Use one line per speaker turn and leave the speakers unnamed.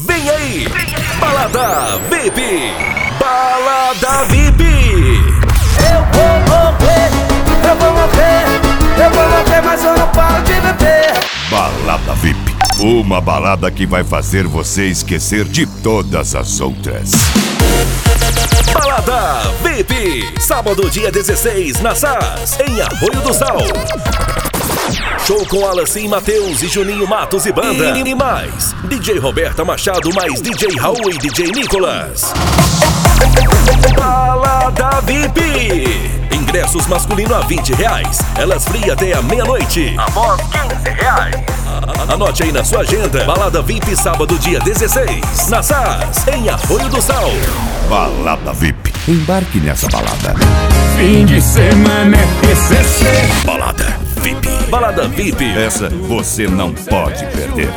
Vem aí! Balada VIP! Balada VIP!
Eu vou morrer, eu vou morrer, eu vou morrer, mas eu não paro de beber.
Balada VIP. Uma balada que vai fazer você esquecer de todas as outras.
Balada VIP! Sábado, dia 16, na SAS, em Arroio do Sal. Show com Alacim Matheus e Juninho Matos e Banda. E mais, DJ Roberta Machado, mais DJ Raul e DJ Nicolas. Balada VIP! Ingressos masculino a 20 reais. Elas free até a meia-noite. Após 15 reais. Anote aí na sua agenda. Balada VIP, sábado, dia 16. Na SAS, em Arroio do Sal.
Balada VIP. Embarque nessa balada.
Fim de semana é PCC.
Balada VIP. Balada VIP.
Essa você não pode perder.